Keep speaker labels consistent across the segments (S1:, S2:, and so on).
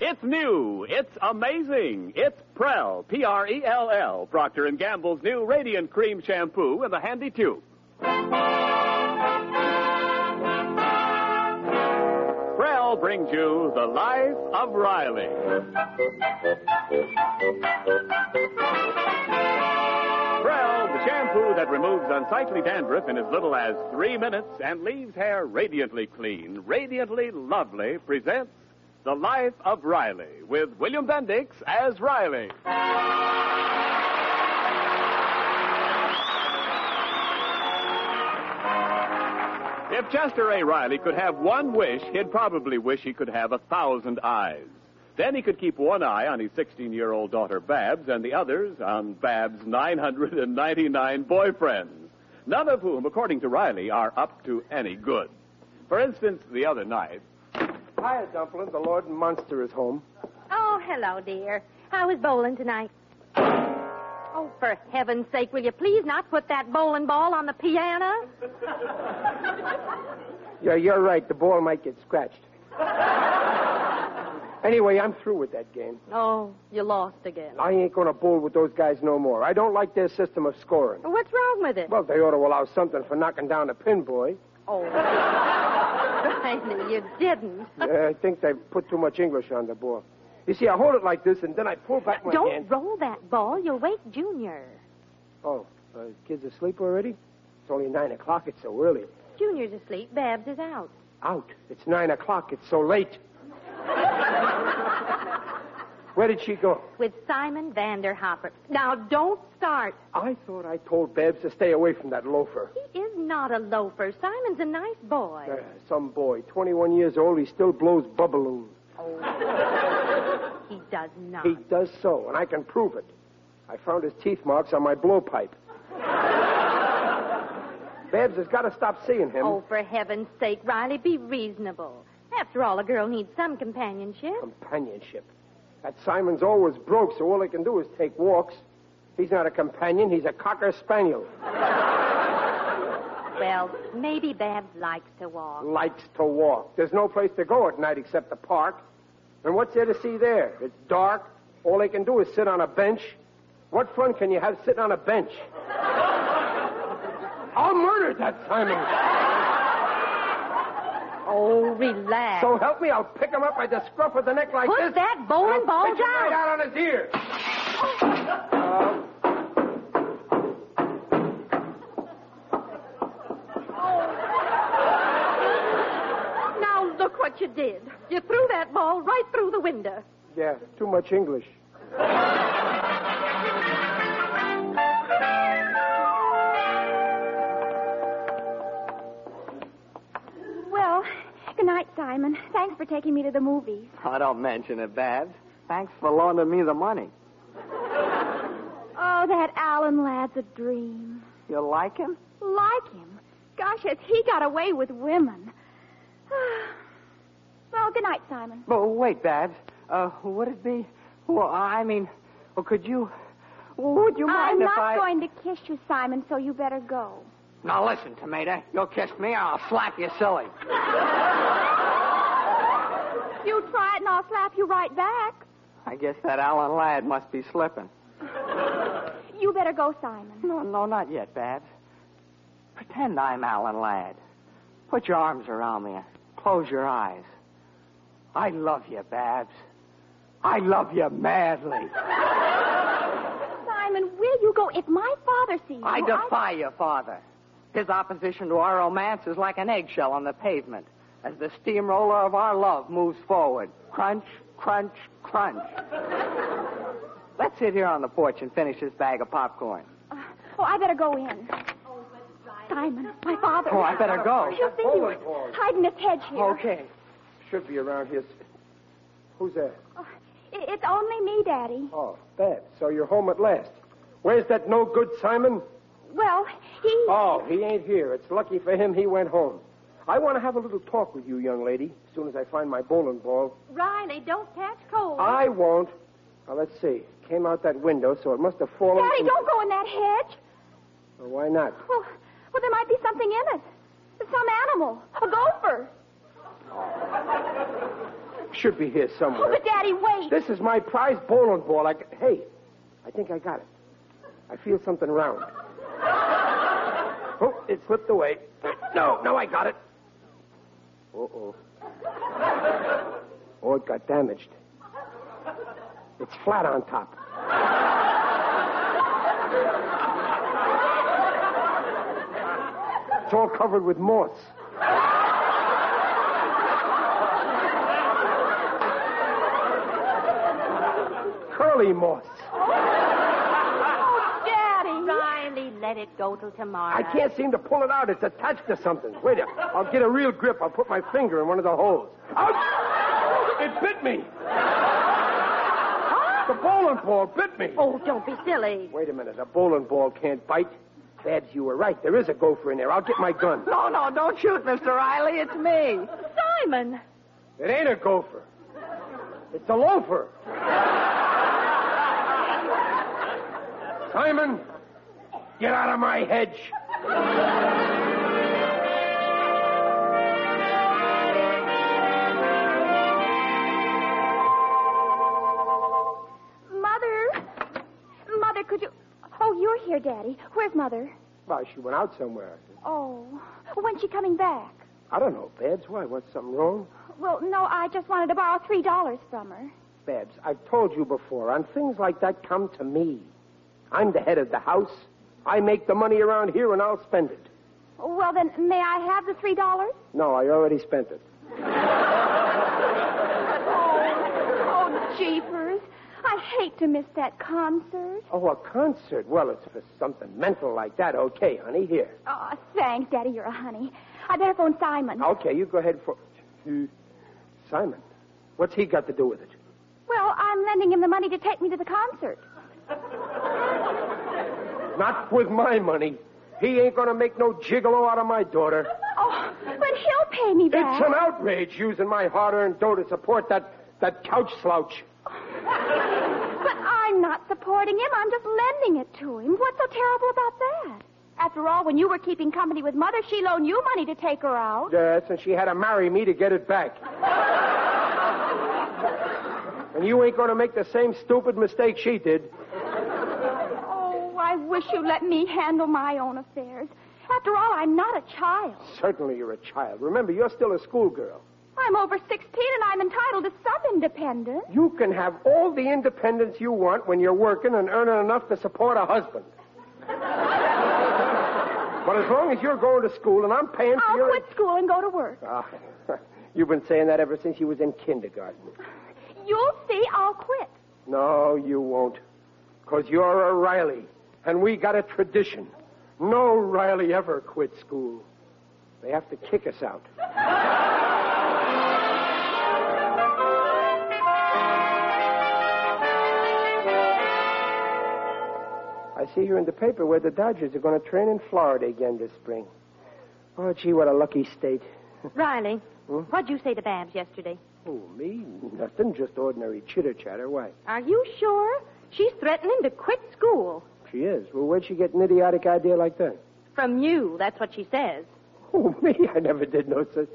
S1: It's new. It's amazing. It's Prell, P-R-E-L-L, E Procter & Gamble's new Radiant Cream Shampoo in the handy tube. Prell brings you The Life of Riley. Prell, the shampoo that removes unsightly dandruff in as little as three minutes and leaves hair radiantly clean, radiantly lovely, presents The Life of Riley with William Bendix as Riley. If Chester A. Riley could have one wish, he'd probably wish he could have a thousand eyes. Then he could keep one eye on his 16 year old daughter Babs and the others on Babs' 999 boyfriends, none of whom, according to Riley, are up to any good. For instance, the other night,
S2: Hiya, Dumplin. The Lord Monster is home.
S3: Oh, hello, dear. How is bowling tonight? Oh, for heaven's sake, will you please not put that bowling ball on the piano?
S2: Yeah, you're right. The ball might get scratched. anyway, I'm through with that game.
S3: Oh, you lost again.
S2: I ain't going to bowl with those guys no more. I don't like their system of scoring.
S3: What's wrong with it?
S2: Well, they ought to allow something for knocking down a pin boy.
S3: Oh, Riley, you didn't.
S2: Yeah, I think they put too much English on the ball. You see, I hold it like this, and then I pull back my
S3: Don't
S2: hand.
S3: roll that ball. You'll wake Junior.
S2: Oh, uh, kids asleep already? It's only 9 o'clock. It's so early.
S3: Junior's asleep. Babs is out.
S2: Out. It's 9 o'clock. It's so late. Where did she go?
S3: With Simon Vanderhopper. Now, don't start.
S2: I thought I told Babs to stay away from that loafer.
S3: He is not a loafer. Simon's a nice boy.
S2: Uh, some boy, 21 years old, he still blows bubbaloon.
S3: He does not.
S2: He does so, and I can prove it. I found his teeth marks on my blowpipe. Babs has got to stop seeing him.
S3: Oh, for heaven's sake, Riley, be reasonable. After all, a girl needs some companionship.
S2: Companionship. That Simon's always broke, so all he can do is take walks. He's not a companion, he's a cocker spaniel.
S3: Well, maybe Babs likes to walk.
S2: Likes to walk. There's no place to go at night except the park. And what's there to see there? It's dark. All they can do is sit on a bench. What fun can you have sitting on a bench? I'll murder that Simon.
S3: Oh, relax.
S2: So help me, I'll pick him up by the scruff of the neck like
S3: Put
S2: this.
S3: that bowling
S2: and I'll
S3: ball
S2: pitch it
S3: down.
S2: Right out on his ear.
S3: now look what you did. You threw that ball right through the window.
S2: Yeah, too much English.
S4: Well, good night, Simon. Thanks for taking me to the movies.
S5: Oh, don't mention it, Babs. Thanks for loaning me the money.
S4: Oh, that Allen lad's a dream.
S5: You like him?
S4: Like him. Gosh, has he got away with women? well, good night, Simon.
S5: But wait, Babs. Uh, would it be? Well, I mean, well, could you? Would you mind
S4: I'm
S5: if
S4: not
S5: I?
S4: going to kiss you, Simon, so you better go.
S5: Now listen, tomato. You'll kiss me, or I'll slap you silly.
S4: You try it and I'll slap you right back.
S5: I guess that Alan lad must be slipping.
S4: You better go, Simon.
S5: No, no, not yet, Babs. Pretend I'm Alan Ladd. Put your arms around me. Close your eyes. I love you, Babs. I love you madly.
S4: Simon, will you go? If my father sees you,
S5: I defy your father. His opposition to our romance is like an eggshell on the pavement as the steamroller of our love moves forward. Crunch, crunch, crunch. Let's sit here on the porch and finish this bag of popcorn.
S4: Oh, I better go in. Simon, my father.
S5: Oh, I better go.
S4: She'll think he was hiding his hedge here.
S5: Okay.
S2: Should be around here. Who's that?
S4: Oh, it- It's only me, Daddy.
S2: Oh, Babs. So you're home at last. Where's that no good Simon?
S4: Well, he.
S2: Oh, he ain't here. It's lucky for him he went home. I want to have a little talk with you, young lady, as soon as I find my bowling ball.
S3: Riley, don't catch cold.
S2: I won't. Now, let's see. Came out that window, so it must have fallen.
S4: Daddy,
S2: from-
S4: don't go in that hedge.
S2: Well, why not?
S4: Well, well, there might be something in it. Some animal. A gopher.
S2: Should be here
S4: Oh,
S2: somewhere.
S4: but Daddy, wait.
S2: This is my prize bowling ball. I, hey, I think I got it. I feel something round. oh, it slipped away. No, no, I got it. Uh-oh. Oh, it got damaged. It's flat on top. It's all covered with moss. Curly moss.
S3: Daddy. Riley, let it go till tomorrow.
S2: I can't seem to pull it out. It's attached to something. Wait a I'll get a real grip. I'll put my finger in one of the holes. Ouch! It bit me. The bowling ball bit me.
S3: Oh, don't be silly.
S2: Wait a minute. A bowling ball can't bite. Babs, you were right. There is a gopher in there. I'll get my gun.
S5: No, no, don't shoot, Mr. Riley. It's me.
S3: Simon.
S2: It ain't a gopher. It's a loafer. Simon, get out of my hedge.
S4: Mother. Mother, could you. Oh, you're here, Daddy. Where's Mother?
S2: Well, she went out somewhere.
S4: Oh. When's she coming back?
S2: I don't know, Babs. Why? What's something wrong?
S4: Well, no, I just wanted to borrow three dollars from her.
S2: Babs, I've told you before, on things like that, come to me. I'm the head of the house. I make the money around here and I'll spend it.
S4: Well, then, may I have the three dollars?
S2: No, I already spent it.
S4: Oh, jeepers. I hate to miss that concert.
S2: Oh, a concert? Well, it's for something mental like that. Okay, honey, here.
S4: Oh, thanks, Daddy. You're a honey. I better phone Simon.
S2: Okay, you go ahead for. You- Simon, what's he got to do with it?
S4: Well, I'm lending him the money to take me to the concert.
S2: Not with my money. He ain't gonna make no gigolo out of my daughter.
S4: Oh, but he'll pay me back.
S2: It's an outrage using my hard-earned dough to support that that couch slouch.
S4: But I'm not supporting him. I'm just lending it to him. What's so terrible about that? After all, when you were keeping company with Mother, she loaned you money to take her out.
S2: Yes, and she had to marry me to get it back. and you ain't going to make the same stupid mistake she did.
S4: Oh, I wish you'd let me handle my own affairs. After all, I'm not a child.
S2: Certainly, you're a child. Remember, you're still a schoolgirl.
S4: I'm over 16 and I'm entitled to some independence.
S2: You can have all the independence you want when you're working and earning enough to support a husband. but as long as you're going to school and I'm paying for
S4: I'll
S2: your.
S4: quit school and go to work.
S2: Ah, you've been saying that ever since you was in kindergarten.
S4: You'll see, I'll quit.
S2: No, you won't. Because you're a Riley, and we got a tradition. No Riley ever quit school. They have to kick us out. I see here in the paper where the Dodgers are going to train in Florida again this spring. Oh, gee, what a lucky state.
S3: Riley, what'd you say to Babs yesterday?
S2: Oh, me? Nothing, just ordinary chitter chatter. Why?
S3: Are you sure? She's threatening to quit school.
S2: She is. Well, where'd she get an idiotic idea like that?
S3: From you, that's what she says.
S2: Oh, me? I never did know such.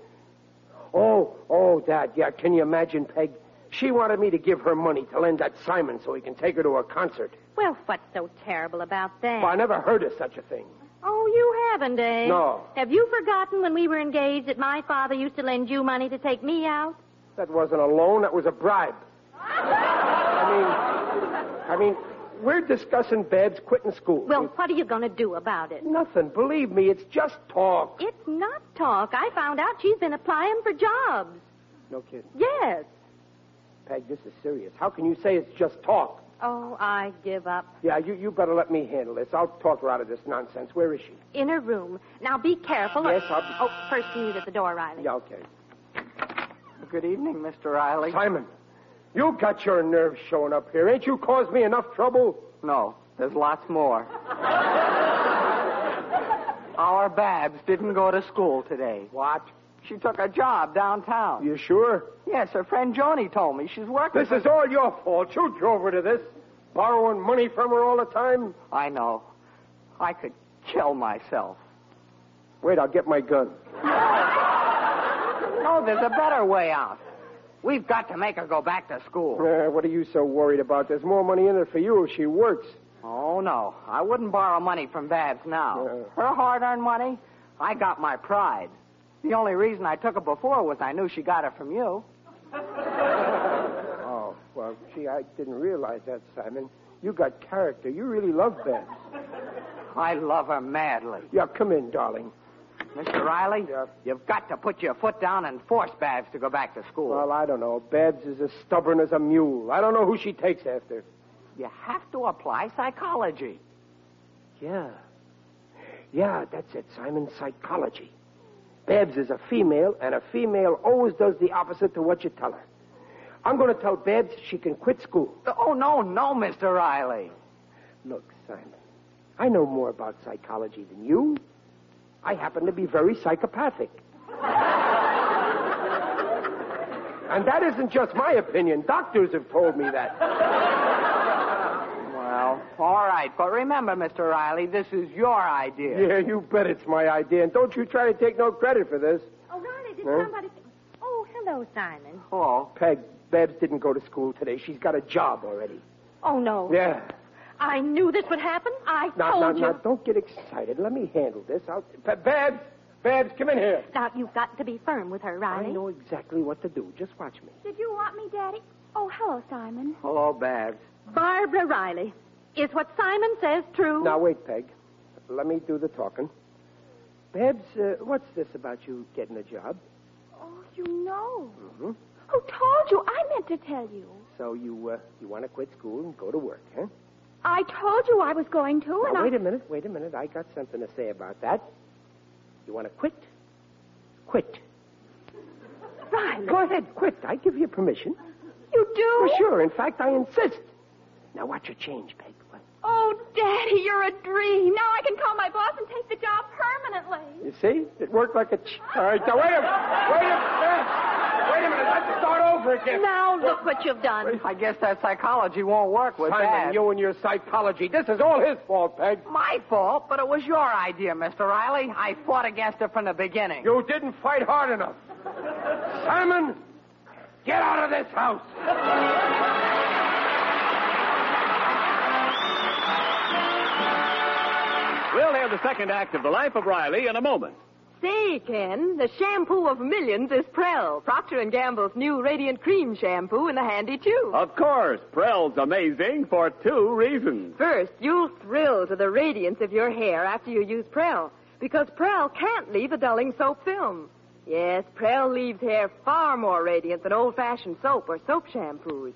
S2: Oh, oh, Dad, yeah. Can you imagine, Peg? She wanted me to give her money to lend that Simon so he can take her to a concert.
S3: Well, what's so terrible about that?
S2: Well, I never heard of such a thing.
S3: Oh, you haven't, eh?
S2: No.
S3: Have you forgotten when we were engaged that my father used to lend you money to take me out?
S2: That wasn't a loan, that was a bribe. I mean, I mean, we're discussing Babs quitting school.
S3: Well, what are you going to do about it?
S2: nothing. Believe me, it's just talk.
S3: It's not talk. I found out she's been applying for jobs.
S2: No kidding.
S3: Yes.
S2: Peg, this is serious. How can you say it's just talk?
S3: Oh, I give up.
S2: Yeah, you, you better let me handle this. I'll talk her out of this nonsense. Where is she?
S3: In her room. Now be careful.
S2: Yes, I'll be-
S3: Oh, first mute at the door, Riley.
S2: Yeah, okay.
S5: Good evening, Mr. Riley.
S2: Simon, you got your nerves showing up here. Ain't you caused me enough trouble?
S5: No, there's lots more. Our Babs didn't go to school today.
S2: What?
S5: She took a job downtown.
S2: You sure?
S5: Yes, her friend Joni told me she's working.
S2: This
S5: for-
S2: is all your fault. You drove her to this, borrowing money from her all the time.
S5: I know. I could kill myself.
S2: Wait, I'll get my gun.
S5: No, there's a better way out. We've got to make her go back to school.
S2: Eh, what are you so worried about? There's more money in it for you if she works.
S5: Oh, no. I wouldn't borrow money from Babs now.
S2: Yeah.
S5: Her hard earned money, I got my pride. The only reason I took it before was I knew she got it from you.
S2: Oh, well, gee, I didn't realize that, Simon. You got character. You really love Babs.
S5: I love her madly.
S2: Yeah, come in, darling.
S5: Mr. Riley,
S2: Yeah.
S5: you've got to put your foot down and force Babs to go back to school.
S2: Well, I don't know. Babs is as stubborn as a mule. I don't know who she takes after.
S5: you have to apply psychology.
S2: Yeah. Yeah, that's it, Simon. Psychology. Babs is a female, and a female always does the opposite to what you tell her. I'm going to tell Babs she can quit school.
S5: Oh, no, no, Mr. Riley.
S2: Look, Simon, I know more about psychology than you. I happen to be very psychopathic. and that isn't just my opinion. Doctors have told me that.
S5: Well, all right, but remember, Mr. Riley, this is your idea.
S2: Yeah, you bet it's my idea. And don't you try to take no credit for this.
S3: Oh, Riley, did
S2: Huh?
S3: somebody. Oh, hello, Simon.
S5: Oh,
S2: Peg, Babs didn't go to school today. She's got a job already.
S3: Oh, no.
S2: Yeah.
S3: I knew this would happen. I
S2: Now,
S3: told
S2: now,
S3: you.
S2: now, don't get excited. Let me handle this. I'll... Ba- Babs! Babs, come in here.
S3: Now, you've got to be firm with her,
S2: I
S3: Riley.
S2: know exactly what to do. Just watch me.
S4: Did you want me, Daddy? Oh, hello, Simon.
S5: hello, Babs.
S3: Barbara Riley. Is what Simon says true?
S2: Now, wait, Peg. Let me do the talking. Babs, uh, what's this about you getting a job?
S4: Oh, you know.
S2: Mm-hmm.
S4: Who told you? I meant to tell you.
S2: So you uh, you want to quit school and go to work, huh?
S4: I told you I was going to, and
S2: Now,
S4: I.
S2: wait a minute, wait a minute. I got something to say about that. You want to quit? Quit.
S3: Riley.
S2: Go ahead, quit. I give you permission.
S4: You do?
S2: For sure. In fact, I insist. Now watch her change, Peg. What?
S4: Oh, Daddy, you're a dream. Now I can call my boss and take the job permanently.
S2: You see? It worked like a ch- All right, now wait a minute. Wait a minute. Wait a minute. Let's start over again.
S3: Now, look what you've done.
S5: I guess that psychology won't work with
S2: Simon,
S5: Babs.
S2: you and your psychology. This is all his fault, Peg.
S5: My fault, but it was your idea, Mr. Riley. I fought against it from the beginning.
S2: You didn't fight hard enough. Simon, get out of this house.
S1: We'll hear the second act of The Life of Riley in a moment.
S6: Say, Ken, the shampoo of millions is Prel, Procter & Gamble's new Radiant Cream Shampoo in a handy tube.
S1: Of course, Prell's amazing for two reasons.
S6: First, you'll thrill to the radiance of your hair after you use Prel, because Prel can't leave a dulling soap film. Yes, Prel leaves hair far more radiant than old-fashioned soap or soap shampoos.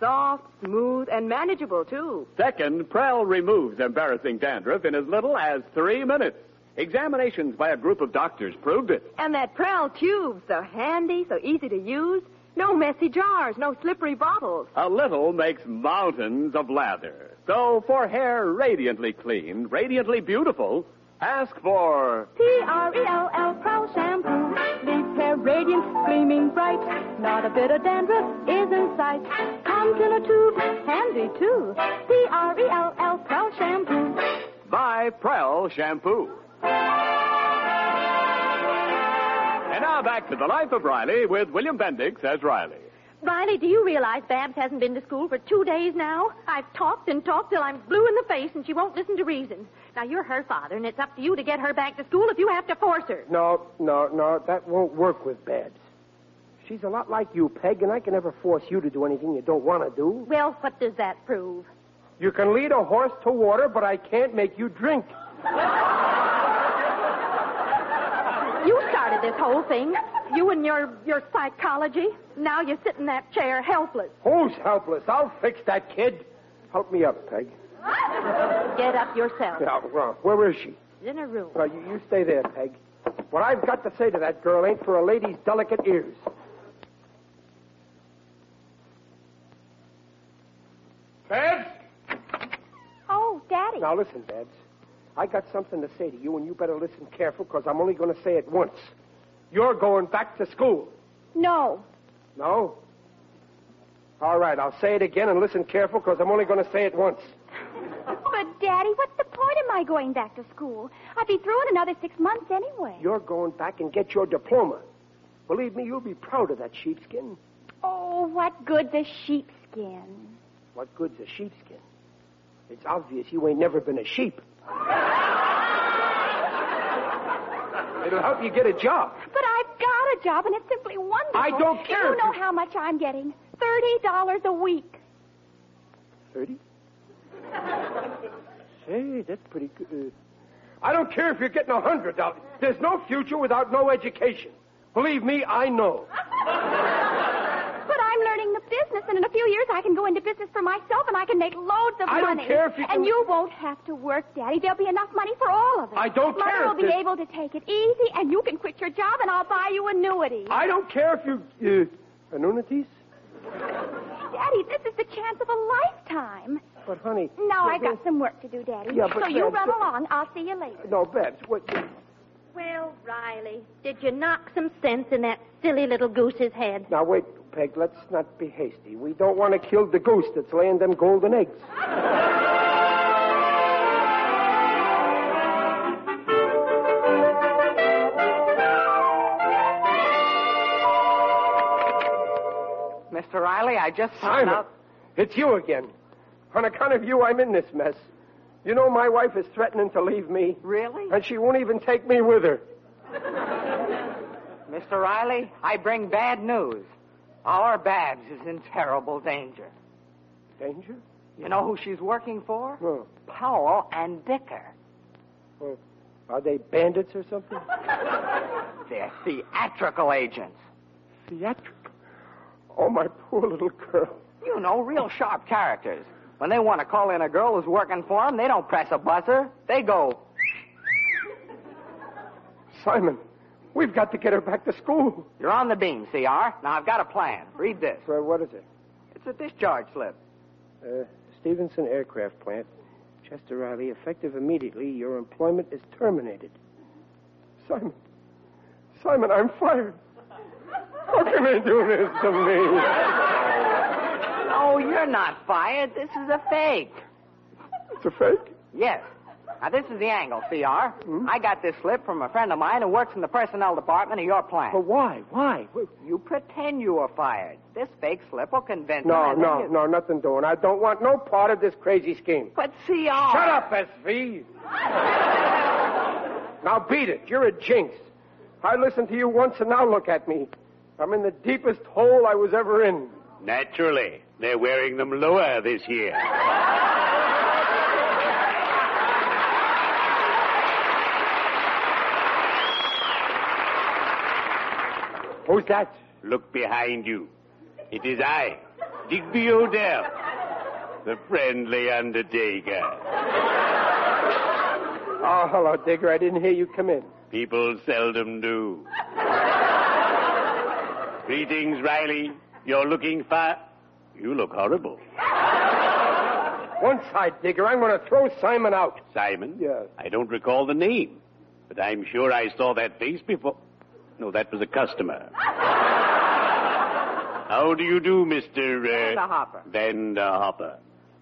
S6: Soft, smooth, and manageable, too.
S1: Second, Prell removes embarrassing dandruff in as little as three minutes. Examinations by a group of doctors proved it.
S6: And that Prel tube's so handy, so easy to use. No messy jars, no slippery bottles.
S1: A little makes mountains of lather. So for hair radiantly clean, radiantly beautiful, ask for
S4: E
S6: P-R-E-L-L Pro Shampoo leaves hair radiant, gleaming bright. Not a bit of dandruff is in sight. Comes in a tube, handy too.
S4: E
S6: P-R-E-L-L Pro Shampoo.
S1: Buy Prell Shampoo. And now back to the life of Riley with William Bendix as Riley.
S3: Riley, do you realize Babs hasn't been to school for two days now? I've talked and talked till I'm blue in the face, and she won't listen to reason. Now, you're her father, and it's up to you to get her back to school if you have to force her.
S2: No, no, no. That won't work with Babs. She's a lot like you, Peg, and I can never force you to do anything you don't want to do.
S3: Well, what does that prove?
S2: You can lead a horse to water, but I can't make you drink.
S3: You started this whole thing. You and your, your psychology. Now you sit in that chair helpless.
S2: Who's helpless? I'll fix that kid. Help me up, Peg.
S3: Get up yourself.
S2: Now, well, where is she?
S3: In a room.
S2: Well, you, you stay there, Peg. What I've got to say to that girl ain't for a lady's delicate ears. Babs?
S4: Oh, Daddy.
S2: Now, listen, Babs. I got something to say to you, and you better listen careful, because I'm only going to say it once. You're going back to school.
S4: No.
S2: No? All right, I'll say it again and listen careful, because I'm only going to say it once.
S4: But, Daddy, what's the point of my going back to school? I'd be through in another six months anyway.
S2: You're going back and get your diploma. Believe me, you'll be proud of that sheepskin.
S4: Oh, what good's a sheepskin?
S2: What good's a sheepskin? It's obvious you ain't never been a sheep. It'll help you get a job.
S4: But I've got a job, and it's simply wonderful.
S2: I don't care
S4: You
S2: if
S4: know
S2: you-
S4: how much I'm getting. Thirty dollars a week.
S2: Thirty? Say, that's pretty good. Uh, I don't care if you're getting a hundred dollars. There's no future without no education. Believe me, I know.
S4: But I'm learning the business, and in a few years I can go into business for myself, and I can make loads of
S2: I don't
S4: money.
S2: care if you can-
S4: And you won't have to work, Daddy. There'll be enough money for all of us.
S2: I don't
S4: Mother
S2: care if
S4: will be
S2: there's-
S4: able to take it easy, and you can quit your job, and I'll buy you annuities.
S2: I don't care if you. Uh, annuities?
S4: Daddy, this is the chance of a lifetime.
S2: But, honey.
S4: Now
S2: but
S4: I've got some work to do, Daddy.
S2: Yeah, but
S4: so you
S2: Babs,
S4: run
S2: but-
S4: along. I'll see you later.
S2: this- No, Babs, what.
S3: Well, Riley, did you knock some sense in that silly little goose's head?
S2: Now, wait, Peg, let's not be hasty. We don't want to kill the goose that's laying them golden eggs.
S5: Mr. Riley, I just found
S2: Simon,
S5: out.
S2: it's you again. On account of you, I'm in this mess. You know, my wife is threatening to leave me,
S5: Really?
S2: and she won't even take me with her.
S5: Mr. Riley, I bring bad news. Our Babs is in terrible danger.
S2: Danger?
S5: You know who she's working for?
S2: Well,
S5: Powell and Dicker.
S2: well, are they bandits or something?
S5: They're theatrical agents.
S2: Theatrical. Oh, my poor little girl.
S5: You know, real sharp characters. When they want to call in a girl who's working for them, they don't press a buzzer. They go,
S2: Simon, we've got to get her back to school.
S5: You're on the beam, CR. Now I've got a plan. Read this.
S2: Well, what is it?
S5: It's a discharge slip.
S2: Uh, Stevenson Aircraft Plant. Chester Riley, effective immediately, your employment is terminated. Simon. Simon, I'm fired. How can they do this to me?
S5: No, you're not fired. This is a fake.
S2: It's a fake?
S5: Yes. Now this is the angle, CR.
S2: Hmm?
S5: I got this slip from a friend of mine who works in the personnel department of your plant.
S2: But why? Why?
S5: You pretend you were fired. This fake slip will convince
S2: No,
S5: them.
S2: no, no, nothing doing. I don't want no part of this crazy scheme.
S5: But CR.
S2: Shut up, SV. now beat it. You're a jinx. I listened to you once and now look at me. I'm in the deepest hole I was ever in.
S7: Naturally, they're wearing them lower this year.
S2: Who's that?
S7: Look behind you. It is I, Digby Odell, the friendly undertaker.
S2: Oh, hello, Digger. I didn't hear you come in.
S7: People seldom do. Greetings, Riley. You're looking far. You look horrible.
S2: One side, Digger. I'm going to throw Simon out.
S7: Simon?
S2: Yes.
S7: I don't recall the name, but I'm sure I saw that face before. No, that was a customer. How do you do, Mr. Uh,
S5: Vanderhopper.
S7: Vanderhopper.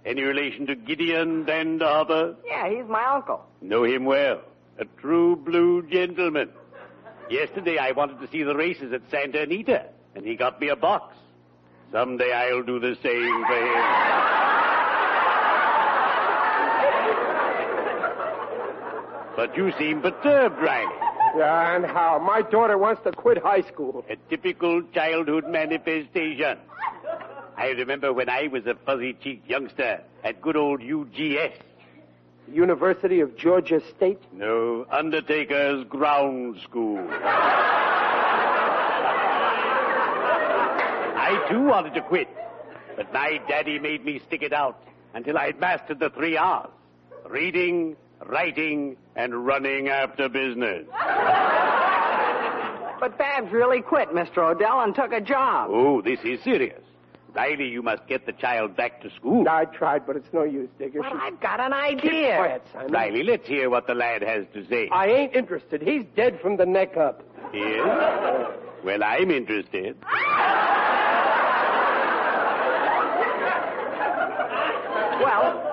S7: Any relation to Gideon Vanderhopper?
S5: Yeah, he's my uncle.
S7: Know him well. A true blue gentleman. Yesterday I wanted to see the races at Santa Anita, and he got me a box. Someday I'll do the same for him. but you seem perturbed, Riley.
S2: Yeah, and how? My daughter wants to quit high school.
S7: A typical childhood manifestation. I remember when I was a fuzzy-cheeked youngster at good old UGS.
S2: University of Georgia State.
S7: No, Undertaker's Ground School. I too wanted to quit, but my daddy made me stick it out until I'd mastered the three R's reading, writing, and running after business.
S5: But Babs really quit, Mr. Odell, and took a job.
S7: Oh, this is serious. Riley, you must get the child back to school.
S2: I tried, but it's no use, Digger.
S5: But
S2: She-
S5: I've got an
S2: Keep
S5: idea.
S2: quiet, Simon.
S7: Riley, let's hear what the lad has to say.
S2: I ain't interested. He's dead from the neck up.
S7: Yes? Well, I'm interested.
S5: Well,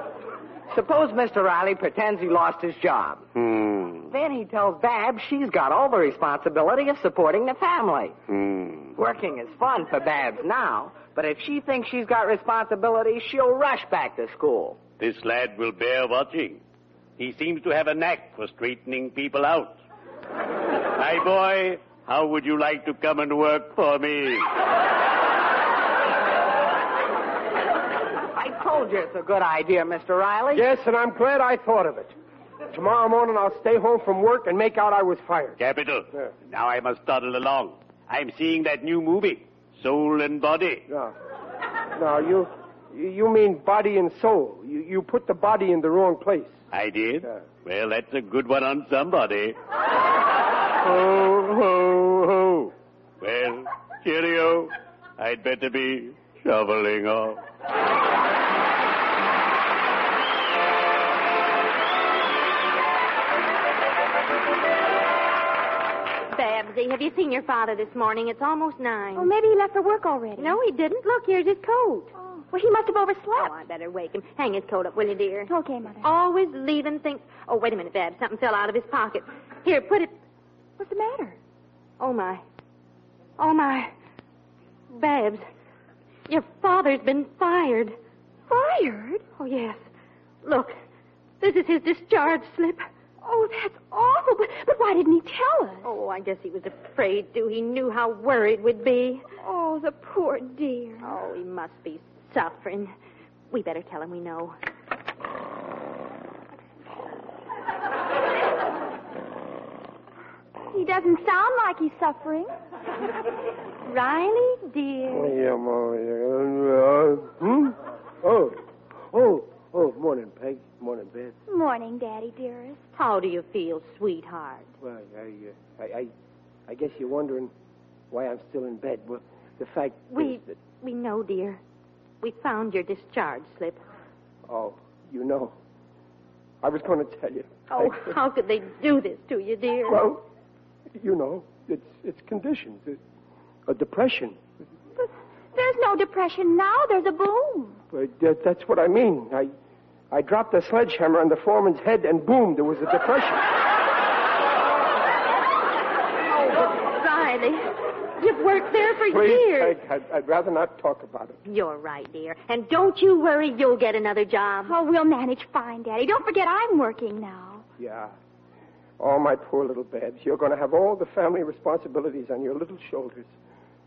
S5: Suppose Mr. Riley pretends he lost his job.
S7: Hmm.
S5: Then he tells Babs she's got all the responsibility of supporting the family.
S7: Hmm.
S5: Working is fun for Babs now, but if she thinks she's got responsibility, she'll rush back to school.
S7: This lad will bear watching. He seems to have a knack for straightening people out. My boy, how would you like to come and work for me?
S5: I told you it's a good idea, Mr. Riley.
S2: Yes, and I'm glad I thought of it. Tomorrow morning I'll stay home from work and make out I was fired.
S7: Capital.
S2: Yeah.
S7: Now I must toddle along. I'm seeing that new movie, Soul and Body.
S2: No. No, you you mean body and soul. You you put the body in the wrong place.
S7: I did?
S2: Yeah.
S7: Well, that's a good one on somebody. ho, ho, ho. Well, cheerio. I'd better be shoveling off.
S3: Babsy, have you seen your father this morning? It's almost nine.
S2: Oh,
S4: Well, Oh, maybe he left for work already.
S3: no, he didn't. Look, here's his coat.
S4: Oh. Well, he must have
S3: Oh,
S4: overslept.
S3: I better wake him. Hang his coat up, will you, dear?
S4: okay, Mother.
S2: Oh,
S3: Always leaving things. Oh, wait a minute, Babs. Something fell out of his pocket. Here, put it.
S4: What's the matter?
S3: Oh, my. Oh, my. Babs, your father's been fired.
S4: Fired?
S3: Oh, yes. Look, this is his discharge slip.
S4: Oh, that's awful. But, but why didn't he tell us?
S3: Oh, I guess he was afraid to. He knew how worried we'd be.
S4: Oh, the poor dear.
S3: Oh, he must be suffering. We better tell him we know.
S4: He doesn't sound like he's suffering.
S3: Riley, dear.
S2: Oh, Yeah, Ma, yeah, uh, hmm? Oh. Oh. Oh, morning, Peg. Morning, Beth.
S4: Morning, Daddy dearest.
S3: How do you feel, sweetheart?
S2: Well, I, uh, I, I, I guess you're wondering why I'm still in bed. Well, the fact
S3: We
S2: is that,
S3: we know, dear. We found your discharge slip.
S2: oh, you know, I was going to tell you.
S3: Oh, how could they do this to you, dear?
S2: Well, you know, it's it's conditions, it, a depression.
S4: But there's no depression now. There's a boom.
S2: But that, that's what I mean. I, I dropped a sledgehammer on the foreman's head, and boom, there was a depression.
S3: Riley, you've worked there for
S2: Please,
S3: years.
S2: I, I'd, I'd rather not talk about it.
S3: You're right, dear. And don't you worry, you'll get another job.
S4: Oh, we'll manage fine, Daddy. Don't forget I'm working now.
S2: Yeah. Oh, my poor little Babs, you're going to have all the family responsibilities on your little shoulders.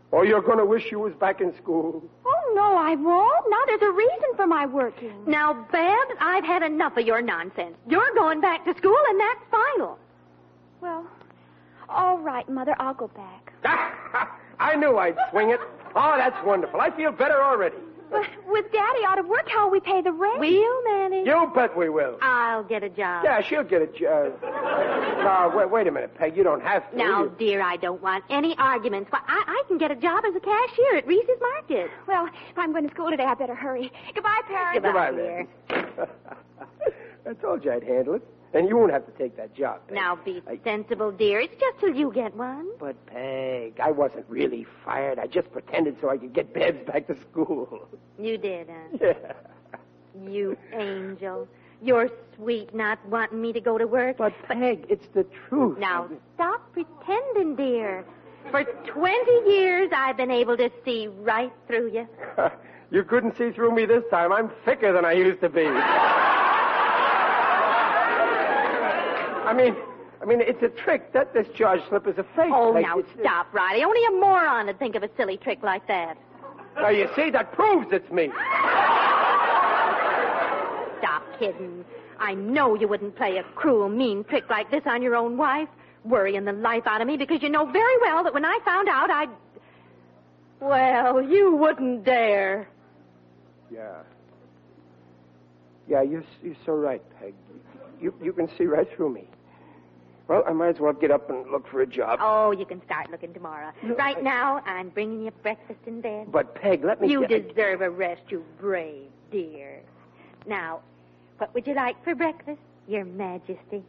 S2: Or you're going to wish you was back in school.
S4: Oh, no, I won't. Now there's a reason for my working.
S3: Now, Babs, I've had enough of your nonsense. You're going back to school, and that's final.
S4: Well, all right, Mother. I'll go back.
S2: I knew I'd swing it. Oh, that's wonderful. I feel better already.
S4: But with Daddy out of work, how will we pay the rent?
S3: We'll manage.
S2: You bet we will.
S3: I'll get a job.
S2: Yeah, she'll get a job. Uh, wait, wait a minute, Peg. You don't have to.
S3: Now,
S2: you-
S3: dear, I don't want any arguments. Why, I, I can get a job as a cashier at Reese's Market.
S4: Well, if I'm going to school today, I better hurry. Goodbye, parents.
S2: Goodbye,
S3: dear.
S2: Babs. I told you I'd handle it. And you won't have to take that job. Peg.
S3: Now, be
S2: I-
S3: sensible, dear. It's just till you get one.
S2: But, Peg, I wasn't really fired. I just pretended so I could get Babs back to school.
S3: You did, huh?
S2: Yeah.
S3: You angel. You're sweet not wanting me to go to work.
S2: But, Peg, it's the truth.
S3: Now, stop pretending, dear. For 20 years, I've been able to see right through you.
S2: you couldn't see through me this time. I'm thicker than I used to be. I mean, I mean, it's a trick. That discharge slip is a fake.
S3: Oh,
S2: Like,
S3: now
S2: it's-
S3: stop, Riley. Only a moron would think of a silly trick like that.
S2: Now you see, that proves it's me.
S3: Stop kidding. I know you wouldn't play a cruel, mean trick like this on your own wife, worrying the life out of me because you know very well that when I found out, I'd. Well, you wouldn't dare.
S2: Yeah. Yeah, you're, s- you're so right, Peg. You you can see right through me. Well, I might as well get up and look for a job.
S3: Oh, you can start looking tomorrow. right now, I'm bringing you breakfast in bed.
S2: But Peg, let me.
S3: You
S2: get-
S3: deserve a rest, you brave dear. Now, what would you like for breakfast, Your Majesty?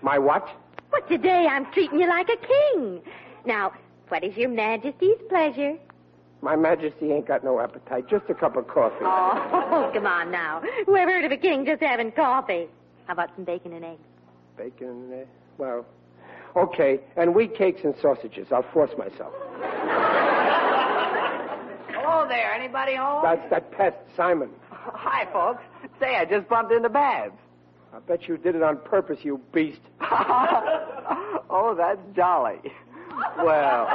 S2: My what?
S3: But today I'm treating you like a king. Now, what is Your Majesty's pleasure?
S2: My Majesty ain't got no appetite, just a cup of coffee.
S3: Oh, come on now. Whoever heard of a king just having coffee? How about some bacon and eggs?
S2: Bacon and egg. Well, okay. And wheat cakes and sausages. I'll force myself.
S5: Hello there. Anybody home?
S2: That's that pest, Simon.
S5: Hi, folks. Say, I just bumped into Babs.
S2: I bet you did it on purpose, you beast.
S5: oh, that's jolly. Well,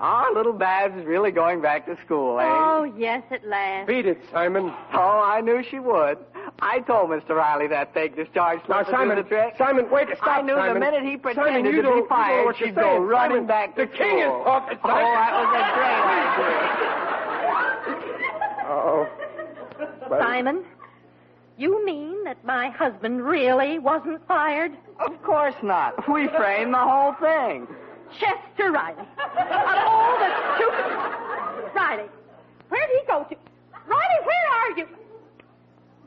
S5: our little Babs is really going back to school, eh?
S3: Oh, yes, at last.
S2: Beat it, Simon.
S5: Oh, I knew she would. I told Mr. Riley that fake discharge slip
S2: Now,
S5: would do
S2: Simon,
S5: the trick.
S2: Simon, wait, stop,
S5: I knew the
S2: Simon.
S5: minute he pretended
S2: Simon, you
S5: to
S2: don't- you
S5: be
S2: know
S5: fired,
S2: what you're
S5: she'd
S2: saying.
S5: go running
S2: Simon,
S5: back to
S2: the king is
S5: school.
S2: talking,
S5: Oh,
S2: Simon.
S5: that was a great idea.
S2: Oh. Well,
S3: Simon, you mean that my husband really wasn't fired?
S5: Of course not. We framed the whole thing.
S3: Chester Riley. Of all the stupid. Riley, where'd he go to? Riley, where are you?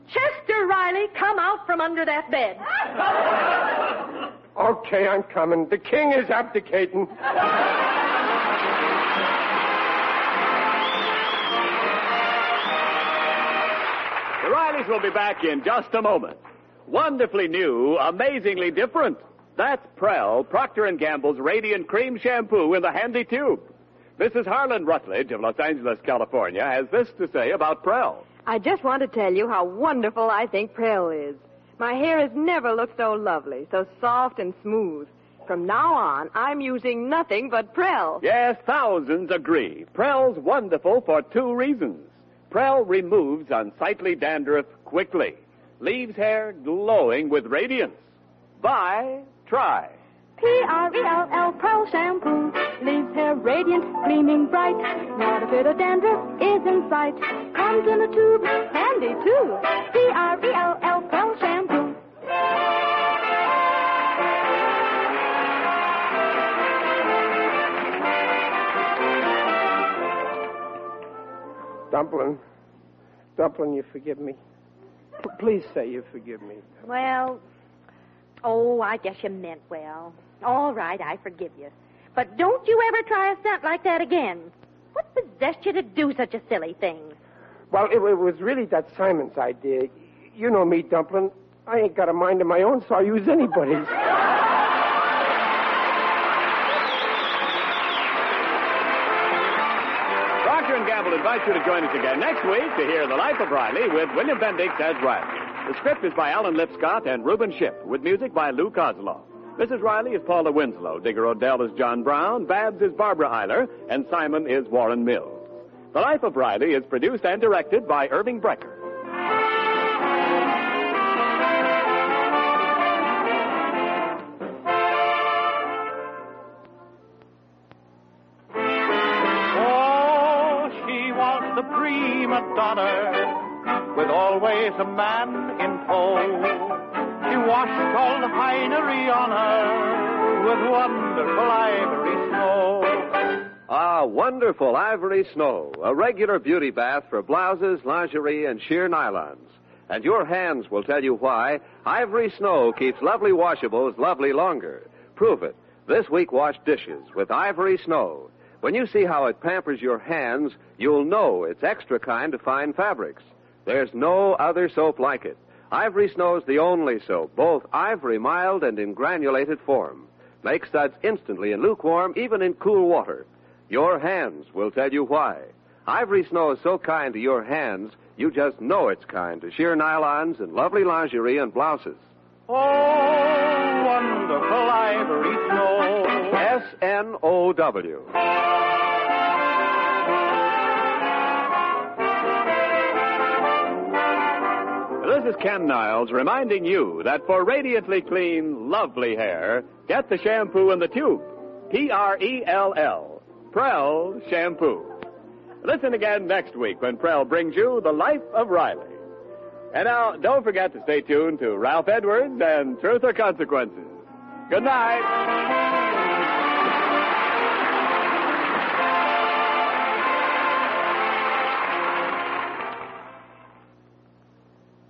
S3: Chester Riley, come out from under that bed.
S2: Okay, I'm coming. The king is abdicating.
S1: The Rileys will be back in just a moment. Wonderfully new, amazingly different. That's Prel, Procter & Gamble's Radiant Cream Shampoo in the handy tube. Mrs. Harlan Rutledge of Los Angeles, California has this to say about Prel.
S6: I just want to tell you how wonderful I think Prel is. My hair has never looked so lovely, so soft and smooth. From now on, I'm using nothing but Prel.
S1: Yes, thousands agree. Prel's wonderful for two reasons. Prel removes unsightly dandruff quickly, leaves hair glowing with radiance. Buy, try.
S4: P-R-E-L-L Pearl Shampoo leaves hair radiant, gleaming bright. Not a bit of dandruff is in sight. Comes in a tube, handy too. P-R-E-L-L Pearl Shampoo.
S2: Dumplin. Dumplin, you forgive me? P- please say you forgive me.
S3: Well, oh, I guess you meant well. All right, I forgive you. But don't you ever try a stunt like that again. What possessed you to do such a silly thing?
S2: Well, it, it was really that Simon's idea. You know me, Dumplin. I ain't got a mind of my own, so I use anybody's.
S1: Procter & Gamble invites you to join us again next week to hear The Life of Riley with William Bendix as Riley. The script is by Alan Lipscott and Reuben Ship, with music by Lou Kozlov. Mrs. Riley is Paula Winslow, Digger Odell is John Brown, Babs is Barbara Eiler, and Simon is Warren Mills. The Life of Riley is produced and directed by Irving Brecker.
S8: Oh, she was the prima donna, with always a man in tow. She washed all the finery on her with wonderful ivory snow.
S9: Ah, wonderful Ivory Snow, a regular beauty bath for blouses, lingerie, and sheer nylons. And your hands will tell you why Ivory Snow keeps lovely washables lovely longer. Prove it. This week wash dishes with Ivory Snow. When you see how it pampers your hands, you'll know it's extra kind to fine fabrics. There's no other soap like it. Ivory Snow's the only soap, both ivory mild and in granulated form. Make suds instantly in lukewarm, even in cool water. Your hands will tell you why. Ivory Snow is so kind to your hands, you just know it's kind to sheer nylons and lovely lingerie and blouses.
S8: Oh, wonderful ivory snow.
S9: S N O W.
S1: This is Ken Niles reminding you that for radiantly clean, lovely hair, get the shampoo in the tube. P R E L L. Prel Shampoo. Listen again next week when Prel brings you The Life of Riley. And now, don't forget to stay tuned to Ralph Edwards and Truth or Consequences. Good night.